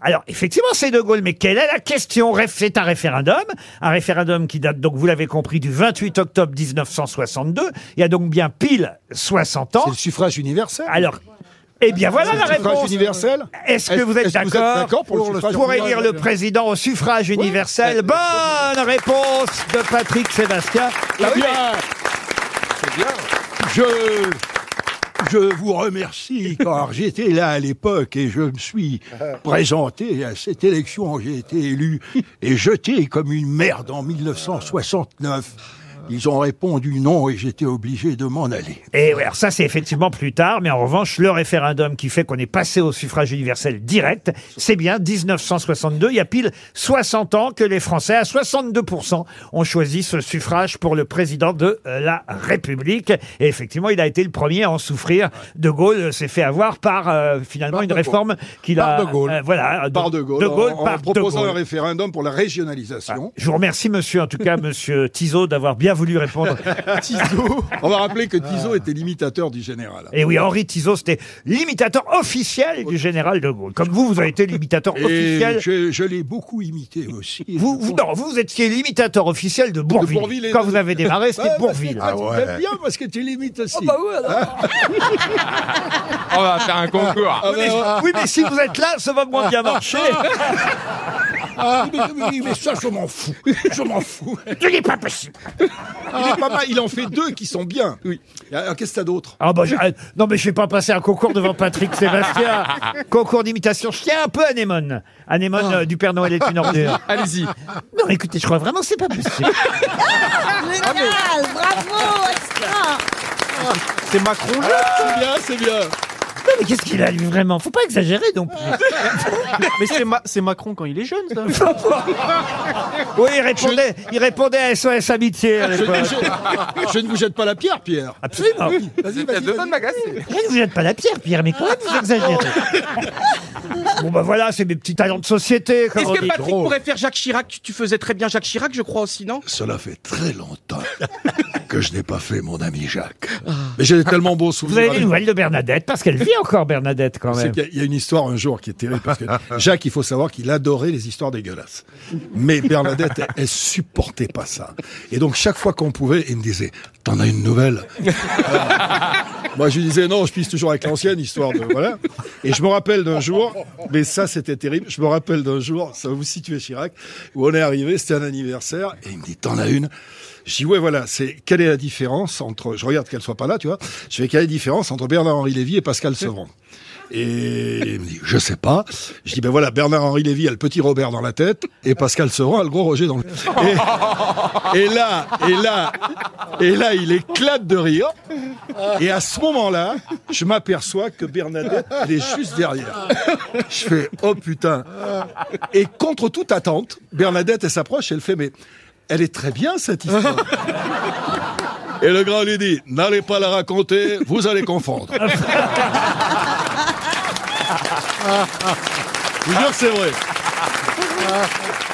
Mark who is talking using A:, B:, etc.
A: Alors, effectivement, c'est De Gaulle, mais quelle est la question Ré- C'est un référendum, un référendum qui date donc, vous l'avez compris, du 28 octobre 1962, il y a donc bien pile 60 ans. C'est le
B: suffrage universel.
A: Alors, eh bien voilà
B: C'est
A: la
B: le suffrage
A: réponse.
B: universel
A: Est-ce que
B: Est-ce-
A: vous êtes
B: est-ce que vous êtes
A: d'accord
B: d'accord pour le suffrage
A: élire le
B: universel Bah,
A: président au suffrage universel Bonne réponse de Patrick Sébastien.
B: Eh bien,
C: Je, je vous remercie car j'étais là à l'époque et je me suis présenté à cette élection. J'ai été élu et jeté comme une merde en 1969. Ils ont répondu non et j'étais obligé de m'en aller.
A: Et ouais, alors ça, c'est effectivement plus tard, mais en revanche, le référendum qui fait qu'on est passé au suffrage universel direct, c'est bien 1962. Il y a pile 60 ans que les Français, à 62%, ont choisi ce suffrage pour le président de euh, la République. Et effectivement, il a été le premier à en souffrir. De Gaulle euh, s'est fait avoir par, euh, finalement, une
B: De Gaulle.
A: réforme qu'il a...
B: Par De Gaulle.
A: euh, voilà.
B: Par De Gaulle.
A: De Gaulle,
B: en, en
A: par De
B: proposant
A: Gaulle.
B: un référendum pour la régionalisation.
A: Je vous remercie, monsieur, en tout cas, monsieur Tizot, d'avoir bien voulu répondre
B: Tizot. On va rappeler que Tizot était l'imitateur du général.
A: Et oui, Henri Tizot, c'était l'imitateur officiel du général de Gaulle. Comme vous, vous avez été l'imitateur
C: Et
A: officiel.
C: je, je l'ai beaucoup imité aussi.
A: Vous, vous, non, vous étiez l'imitateur officiel de Bourville.
B: Bourville et
A: Quand
B: de-
A: vous avez démarré, c'était
B: Ouais, parce que-
A: Bourville.
B: ah,
C: Ah ouais.
B: T'aimes bien parce que tu l'imites aussi.
D: On va faire un concours.
B: Ah,
A: Mais-
B: ouais, ouais.
A: oui, mais si vous êtes là, ça va moins bien marcher.
B: bah,
C: Mais, mais- mais ça, je m'en fous. Je m'en fous.
B: ah.
A: Ce n'est pas possible.
B: Il est pas mal, il en fait deux qui sont bien. Oui. Alors, qu'est-ce que t'as d'autre
A: Ah bah, j'arrête. non, mais je vais pas passer un concours devant Patrick Sébastien. concours d'imitation. Je tiens un peu Anémone. Anémone
B: Ah.
A: euh, du Père Noël est une ordure.
D: Allez-y.
A: Non, écoutez, je crois vraiment que c'est pas possible.
E: Génial, bravo, extra.
D: C'est Macron
F: Ah,
B: Ah, C'est bien, c'est bien.
A: Non, mais qu'est-ce qu'il a lui vraiment Faut pas exagérer non plus.
B: Ah.
D: Mais c'est, Macron quand il est jeune, ça.
A: Oui, il répondait, il répondait à SOS Amitié. à
B: Je,
A: l'époque.
B: je- je ne vous jette pas la pierre, Pierre.
A: Absolument.
B: Oui, vas-y, vas-y. vas-y.
A: Vous ne vous jette pas la pierre, Pierre, mais quand même, vous exagérez. bon, bah voilà, c'est mes petits talents de société. Comme
F: Est-ce
A: on
F: que
A: dit.
F: Patrick
C: gros.
F: pourrait faire Jacques Chirac tu, tu faisais très bien Jacques Chirac, je crois aussi, non
C: Cela fait très longtemps que je n'ai pas fait mon ami Jacques.
D: Ah.
C: Mais j'ai tellement beaux souvenirs.
A: Vous avez
C: avec
A: des nouvelles de Bernadette, parce qu'elle vit encore, Bernadette, quand
B: C'est
A: même.
B: qu'il y a- il y a une histoire un jour qui est terrible parce que Jacques, il faut savoir qu'il adorait les histoires dégueulasses. Mais Bernadette, elle, elle supportait pas ça. Et donc chaque fois qu'on pouvait, il me disait "T'en as une nouvelle Alors, Moi, je lui disais "Non, je pisse toujours avec l'ancienne histoire de voilà." Et je me rappelle d'un jour, mais ça c'était terrible. Je me rappelle d'un jour, ça va vous situer Chirac, où on est arrivé, c'était un anniversaire, et il me dit "T'en as une." Je dis ouais voilà c'est quelle est la différence entre je regarde qu'elle soit pas là tu vois je fais quelle est la différence entre Bernard Henri Lévy et Pascal Sevran et il me dit, je sais pas. Je dis, ben voilà, Bernard-Henri Lévy a le petit Robert dans la tête et Pascal Sevran a le gros Roger dans le... Et, et là, et là, et là, il éclate de rire. Et à ce moment-là, je m'aperçois que Bernadette, elle est juste derrière. Je fais, oh putain. Et contre toute attente, Bernadette, elle s'approche, elle fait, mais elle est très bien cette histoire. Et le grand lui dit, n'allez pas la raconter, vous allez confondre. Je vous jure que c'est vrai.